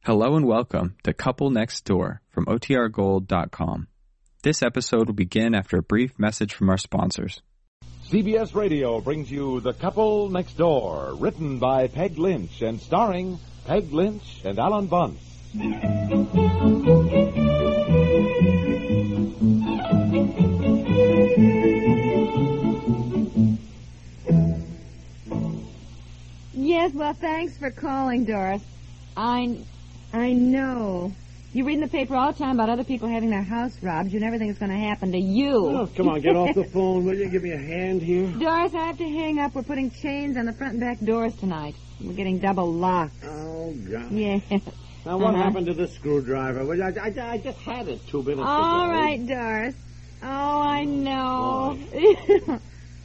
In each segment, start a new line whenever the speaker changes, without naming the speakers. Hello and welcome to Couple Next Door from OTRGold.com. This episode will begin after a brief message from our sponsors.
CBS Radio brings you The Couple Next Door, written by Peg Lynch and starring Peg Lynch and Alan Bunce.
Yes, well, thanks for calling, Doris. I, I know. You read in the paper all the time about other people having their house robbed. You never think it's going to happen to you.
Oh, come on, get off the phone, will you? Give me a hand here.
Doris, I have to hang up. We're putting chains on the front and back doors tonight. We're getting double locked.
Oh, God.
Yeah.
Now, what
Uh-huh.
happened to the screwdriver? Well, I, I, I just had it two minutes ago.
all right, Doris. Oh, I know.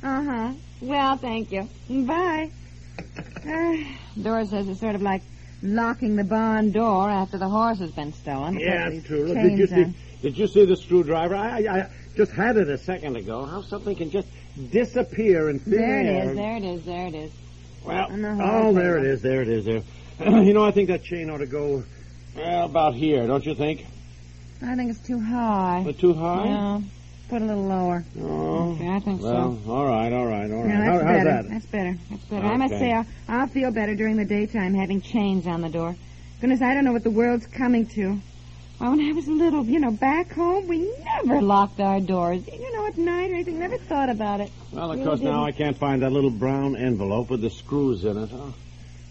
uh huh. Well, thank you. Bye. Uh, Doris says it's sort of like locking the barn door after the horse has been stolen.
Yeah,
These
that's true. Look, did
chains
you
on.
see? Did you see the screwdriver? I, I, I just had it a second ago. How something can just disappear in thin
There
air.
it is, there it is, there it is.
Well,
On the
oh,
hard
there it
drive.
is, there it is, there. you know, I think that chain ought to go well, about here, don't you think?
I think it's too high.
But too high?
No, put a little lower.
Oh.
Okay, I think
Well, all right, all right, all right.
so. No,
How, how's
that's better.
that?
That's better. That's better. I must
Okay.
say, I'll, I'll feel better during the daytime having chains on the door. Goodness, I don't know what the world's coming to. Well, when I was little, you know, back home, we never locked our doors. You know, at night or anything. Never thought about it.
Well, of
You
course, now
didn't.
I can't find that little brown envelope with the screws in it. Oh,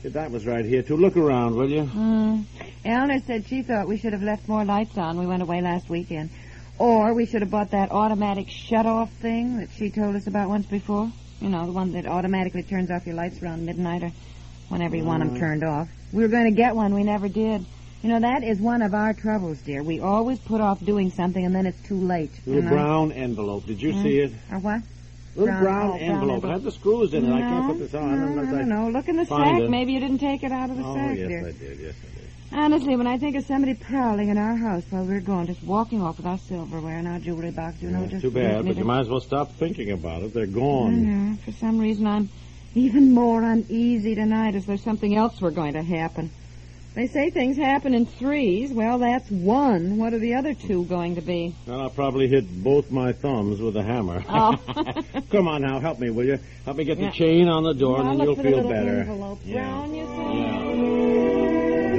yeah, that was right here, too. Look around, will you?
Mm. Eleanor said she thought we should have left more lights on. We went away last weekend. Or we should have bought that automatic shut-off thing that she told us about once before. You know, the one that automatically turns off your lights around midnight or whenever you want
Mm.
'em want them turned off. We were going to get one. We never did. You know, that is one of our troubles, dear. We always put off doing something and then it's too late.
Little
you know?
brown envelope. Did you see it?
Or what?
Little
Mm.
brown,
Brown- oh, brown
envelope.
envelope.
It had the screws in it. I can't
No,
put this on. I
No,
don't know. if I-
know. Look in the
find
sack.
it.
Maybe you didn't take it out of the
Oh,
sack,
yes,
dear.
I did. Yes, I did.
Honestly, when I think of somebody prowling in our house while we're gone, just walking off with our silverware and our jewelry box, you know,
Yeah,
just
too
gives
bad,
me
but
the-
you might as well stop thinking about it. They're
I
gone.
know. For some reason, I'm even more uneasy tonight, as though something else were going to happen. They say things happen in threes. Well, that's one. What are the other two going to be?
Well, I'll probably hit both my thumbs with a hammer.
Oh.
Come on now, help me, will you? Help me get
Yeah.
the chain on the door,
Well,
and then
look
you'll
for the
feel
little
better.
envelope.
Yeah.
Brown, you say?
Yeah.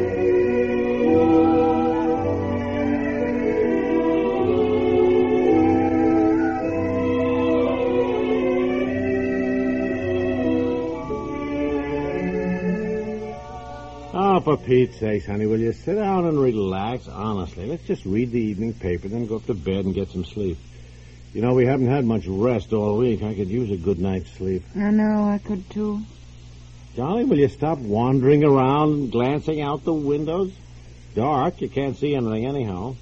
Oh, for Pete's sakes, honey, will you sit down and relax? Honestly, let's just read the evening paper, then go up to bed and get some sleep. You know, we haven't had much rest all week. I could use a good night's sleep.
I know. I could too.
Johnny, will you stop wandering around and glancing out the windows? Dark, you can't see anything anyhow.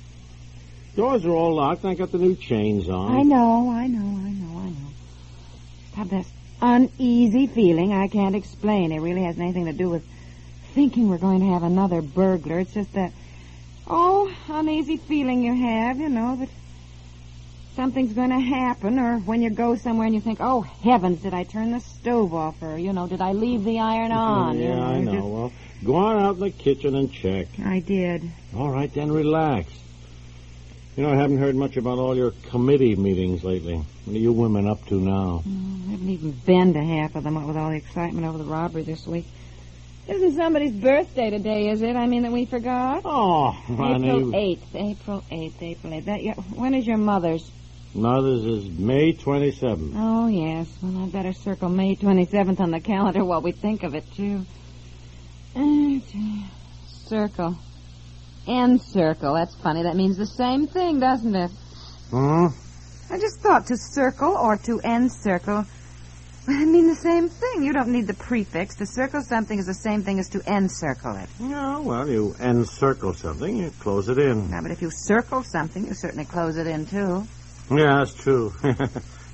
Doors are all locked, and I got the new chains on.
I know. I know. I know. I know. I have this uneasy feeling I can't explain. It really has anything to do with thinking we're going to have another burglar. It's just that, oh, uneasy feeling you have, you know, that something's going to happen, or when you go somewhere and you think, oh, heavens, did I turn the stove off, or, you know, did I leave the iron on?
Oh, yeah,
you know,
I
you're
know. Well, go on out in the kitchen and check.
Just, I did.
All right, then relax. You know, I haven't heard much about all your committee meetings lately. What are you women up to now?
I haven't even been to half of them, what with all the excitement over the robbery this week. Isn't somebody's birthday today, is it? I mean, that we forgot?
Oh, honey.
April 8th, April 8th, April 8th. That, yeah, when is your mother's?
Mother's is May 27th.
Oh, yes. Well, I'd better circle May 27th on the calendar while we think of it, too. Uh, gee. circle. And circle. That's funny. That means the same thing, doesn't it?
Huh?
I just thought to circle or to end circle. I mean the same thing. You don't need the prefix. To circle something is the same thing as to end circle it.
Yeah, well, you encircle something, you close it in.
Now, but if you circle something, you certainly close it in too.
Yeah, that's true. yeah,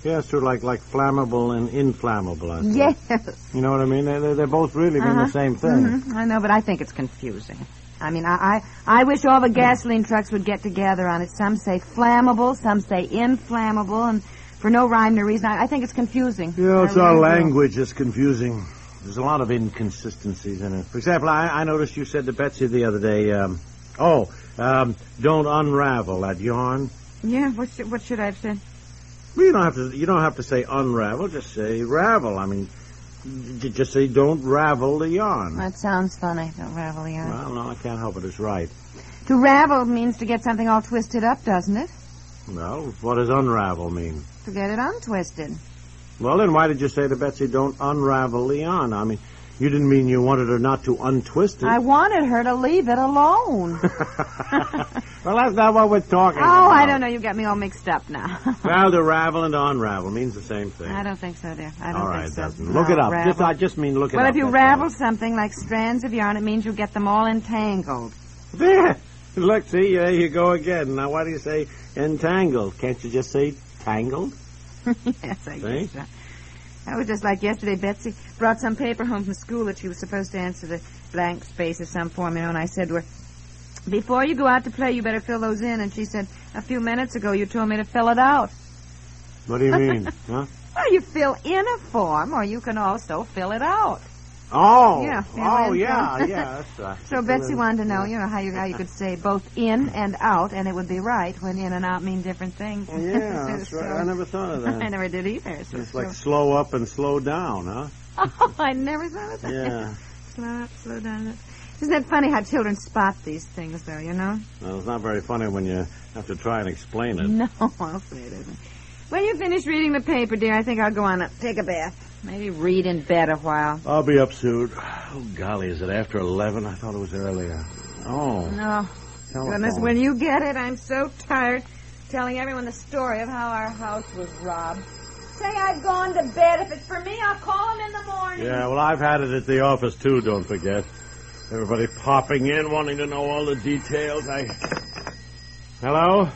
that's true. Like like flammable and inflammable. I suppose. You know what I mean? They, they, they both really mean
Uh-huh.
the same thing.
Mhm. I know, but I think it's confusing. I mean, I, I I wish all the gasoline trucks would get together on it. Some say flammable, some say inflammable, and for no rhyme or reason, I, I think it's confusing.
Yeah,
I
it's our
really do.
language that's confusing. There's a lot of inconsistencies in it. For example, I, I noticed you said to Betsy the other day, um, oh, um, don't unravel that yarn.
Yeah, what should, what should I have said?
Well, you don't have to. You don't have to say unravel. Just say ravel. I mean, j- just say don't ravel the yarn.
That sounds funny. Don't ravel the yarn.
Well, no, I can't help it. It's right.
To ravel means to get something all twisted up, doesn't it?
Well, what does unravel mean?
To get it untwisted.
Well, then why did you say to Betsy, don't unravel the yarn? I mean, you didn't mean you wanted her not to untwist it.
I wanted her to leave it alone. oh,
well, that's not what we're talking about.
I don't know. You got me all mixed up now.
Well, to ravel and to unravel means the same thing.
I don't think so, dear. I don't
All right,
think so.
Dustin. Look
No,
it up.
ravel.
Just, I just mean look it
well,
up.
if you
that's
ravel
all.
something like strands of yarn, it means you get them all entangled.
There. Look, see, there you go again. Now, why do you say entangled? Can't you just say tangled?
yes, I
See?
guess so. That was just like yesterday. Betsy brought some paper home from school that she was supposed to answer the blank space of some form, you know, and I said to her, Before you go out to play, you better fill those in. And she said, A few minutes ago, you told me to fill it out.
What do you mean? huh?
Well, you fill in a form, or you can also fill it out.
Oh.
Yeah, yeah,
Oh, yeah,
yeah.
yeah, that's right.
So Betsy wanted to know, you know, how you how you could say both in and out, and it would be right when in and out mean different things.
Oh, yeah, that's right.
So-
I never thought of
I
that.
never did either. So
It's like slow up and slow down, huh?
oh, I never thought of that.
Yeah.
Slow up, slow down. Isn't it funny how children spot these things, though, you know?
Well, it's not very funny when you have to try and explain it.
No, I'll say it isn't. When you finish reading the paper, dear, I think I'll go on up, take a bath. Maybe read in bed a while.
I'll be up soon. Oh, golly, is it after 11? I thought it was earlier. Oh,
No. Goodness,
telephone.
when you get it, I'm so tired telling everyone the story of how our house was robbed. Say I've gone to bed. If it's for me, I'll call him in the morning.
Yeah, well, I've had it at the office, too, don't forget. Everybody popping in, wanting to know all the details. I. Hello?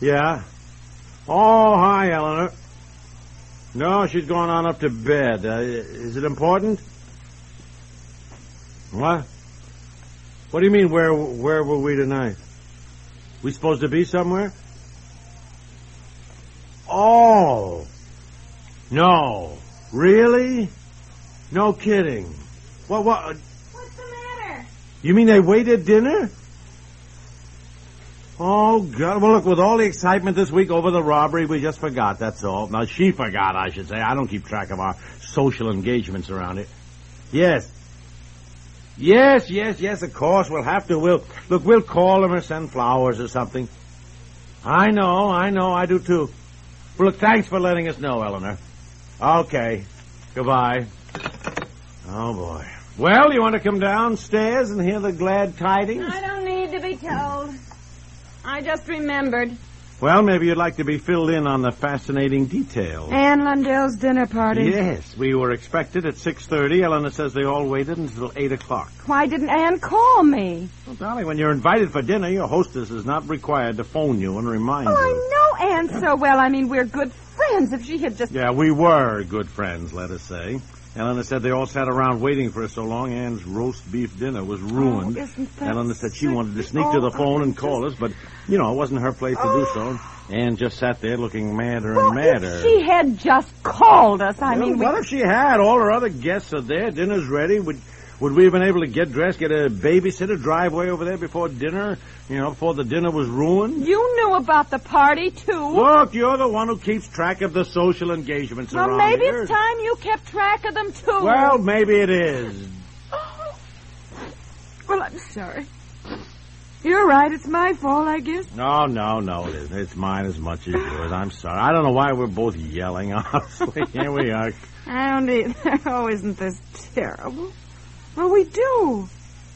Yeah? Oh, hi, Eleanor. No, she's going on up to bed. Uh, is it important? What? What do you mean, where where were we tonight? We supposed to be somewhere? Oh. No. Really? No kidding. What, what?
What's the matter?
You mean they waited dinner? Oh, God. Well, look, with all the excitement this week over the robbery, we just forgot, that's all. Now, she forgot, I should say. I don't keep track of our social engagements around here. Yes. Yes, yes, yes, of course. We'll have to. We'll, look, we'll call them or send flowers or something. I know, I know, I do too. Well, look, thanks for letting us know, Eleanor. Okay. Goodbye. Oh, boy. Well, you want to come downstairs and hear the glad tidings?
I don't need to be told. I just remembered.
Well, maybe you'd like to be filled in on the fascinating details.
Anne Lundell's dinner party.
Yes, we were expected at six thirty. Eleanor says they all waited until eight o'clock.
Why didn't Anne call me?
Well, darling, when you're invited for dinner, your hostess is not required to phone you and remind
Well,
you.
Oh, I know Anne so well. I mean, we're good friends. If she had just.
Yeah, we were good friends, let us say. Eleanor said they all sat around waiting for us so long. Anne's roast beef dinner was ruined.
Oh, isn't that
Eleanor said she
sick?
wanted to sneak to
Oh,
the phone
I
and call us, but you know it wasn't her place to do so. Anne just sat there looking madder
Well,
and madder.
if she had just called us, I
Well,
mean, we
what if she had? All her other guests are there. Dinner's ready. Would would we have been able to get dressed, get a babysitter, drive way over there before dinner? You know, before the dinner was ruined.
You knew about the party, too.
Look, you're the one who keeps track of the social engagements
well,
around
maybe
here.
it's time you kept track of them, too.
Well, maybe it is.
Well, I'm sorry. You're right. It's my fault, I guess.
No, no, no, it isn't. It's mine as much as yours. I'm sorry. I don't know why we're both yelling. Honestly, here we are.
I don't either. Oh, isn't this terrible? Well, we do.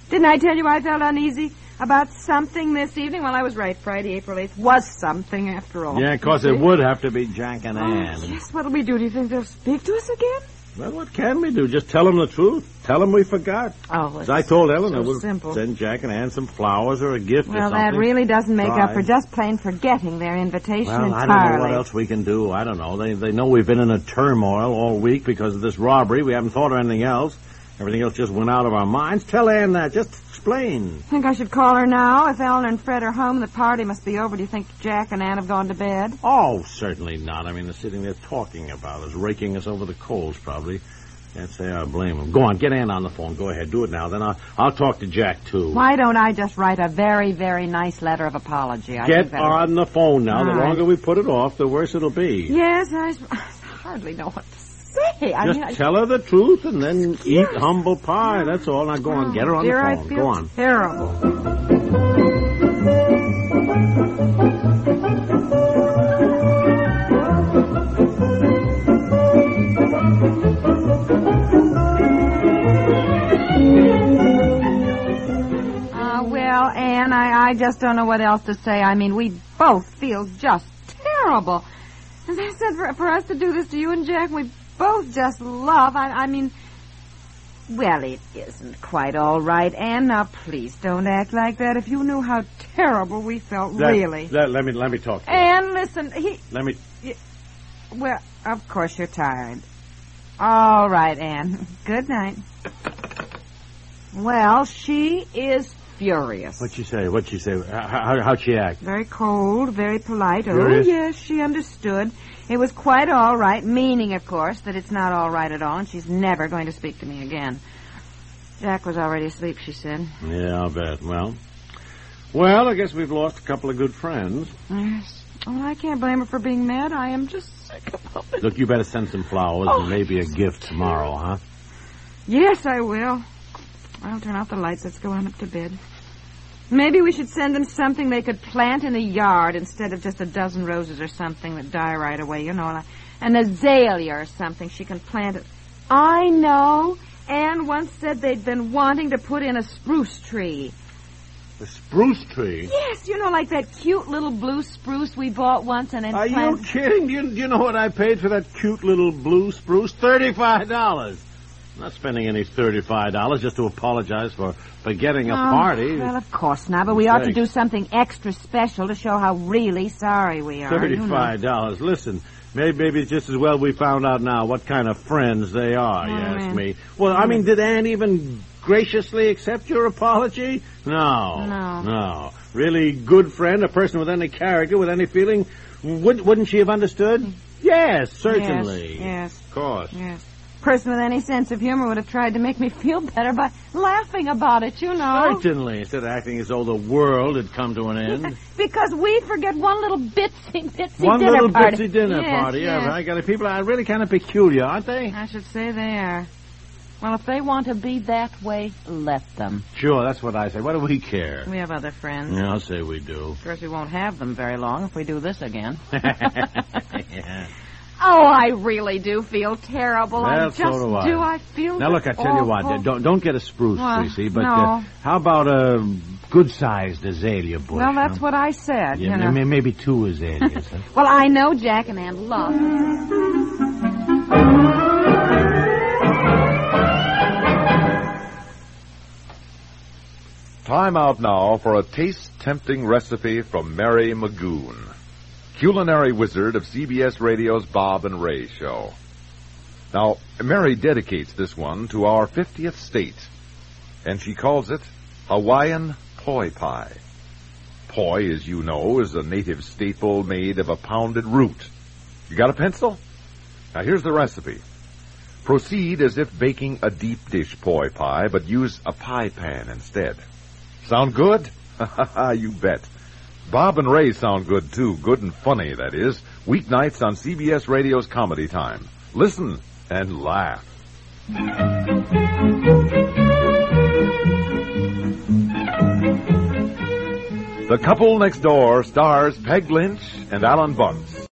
Didn't I tell you I felt uneasy about something this evening? Well, I was right. Friday, April 8th was something after all.
Yeah, of course it would have to be Jack and
Oh,
Anne.
yes, what'll we do? Do you think they'll speak to us again?
Well, what can we do? Just tell them the truth. Tell them we forgot.
Oh,
As I told Eleanor,
so
we'll
simple.
send Jack and Anne some flowers or a gift or
well,
something.
that really doesn't make up
Try.
for just plain forgetting their invitation
Well, I
entirely.
don't know what else we can do. I don't know. They they know we've been in a turmoil all week because of this robbery. We haven't thought of anything else. Everything else just went out of our minds. Tell Anne that. Just explain.
Think I should call her now? If Eleanor and Fred are home, the party must be over. Do you think Jack and Anne have gone to bed?
Oh, certainly not. I mean, they're sitting there talking about us, raking us over the coals, probably. Can't say I blame him. Go on, get Ann on the phone. Go ahead, do it now. Then I'll, I'll talk to Jack, too.
Why don't I just write a very, very nice letter of apology? I think
Get
that'll-
on the phone now. The
All right.
longer we put it off, the worse it'll be.
Yes, I, s- I hardly know what to say. I
Just
mean, I,
tell her the truth and then eat humble pie. That's all. Now go on, get her on
dear,
the
Oh, I
phone.
feel
Go on.
terrible. Uh, well, Anne, I, I just don't know what else to say. I mean, we both feel just terrible. And they said for, for us to do this to you and Jack, we both just love. I, I mean, well, it isn't quite all right, Anne. Now, please don't act like that. If you knew how terrible we felt,
Let-
really. Eh.
Let, let me let me talk. To her.
Anne, listen, he.
Let me.
Well, of course you're tired. All right, Anne. Good night. Well, she is furious.
What'd she say? What'd she say? How, how, how'd she act?
Very cold, very polite.
Furious?
Oh, yes, she understood. It was quite all right, meaning, of course, that it's not all right at all, and she's never going to speak to me again. Jack was already asleep, she said.
Yeah, I'll bet. Well, well, I guess we've lost a couple of good friends.
Yes. Well, I can't blame her for being mad. I am just sick about it.
Look, you better send some flowers
Oh.
and maybe a gift tomorrow, huh?
Yes, I will. I'll turn out the lights. Let's go on up to bed. Maybe we should send them something they could plant in the yard instead of just a dozen roses or something that die right away, you know, like an azalea or something. She can plant it. I know. Anne once said they'd been wanting to put in a spruce tree.
The spruce tree.
Yes, you know, like that cute little blue spruce we bought once and then
Are you
planted-
kidding? Do you, do you know what I paid for that cute little blue spruce? Thirty-five dollars. Not spending any thirty-five dollars just to apologize for forgetting a
Oh,
party.
Well, of course not, but we ought to
Thanks.
do something extra special to show how really sorry we are. you know.
Thirty-five dollars. Listen, maybe, maybe it's just as well we found out now what kind of friends they are. you
Oh,
ask
man.
me. Well, I mean, did Anne even graciously accept your apology? No,
No.
no. Really good friend, a person with any character, with any feeling. Would, wouldn't she have understood? Yes, certainly.
Yes,
Of course.
yes, yes. Person with any sense of humor would have tried to make me feel better by laughing about it, you know.
Certainly, instead of acting as though the world had come to an end.
Because we forget one little bitsy, bitsy
One
dinner
little
party.
bitsy dinner
Yes,
party.
yes.
Yeah, I got it. People are really kind of peculiar, aren't they?
I should say they are. Well, if they want to be that way, let them.
Sure, that's what I say. What do we care?
We have other friends.
Yeah, I'll say we do.
Of course, we won't have them very long if we do this again.
Yeah.
Oh, I really do feel terrible. I
Well,
just
so do I.
feel
Now look, I tell you what, uh,
awful.
don't don't get a spruce,
Well,
Tracy, but uh,
no.
how about a good-sized azalea bush?
Well, that's
huh?
what I said.
Yeah,
you know.
may- maybe two azaleas. huh?
Well, I know Jack and Ann love.
Time out now for a taste tempting recipe from Mary Magoon, culinary wizard of CBS Radio's Bob and Ray show. Now, Mary dedicates this one to our 50th state, and she calls it Hawaiian poi pie. Poi, as you know, is a native staple made of a pounded root. You got a pencil? Now here's the recipe. Proceed as if baking a deep dish poi pie, but use a pie pan instead. Sound good? you bet. Bob and Ray sound good too. Good and funny, that is. Weeknights on CBS Radio's Comedy Time. Listen and laugh. The Couple Next Door stars Peg Lynch and Alan Bunce.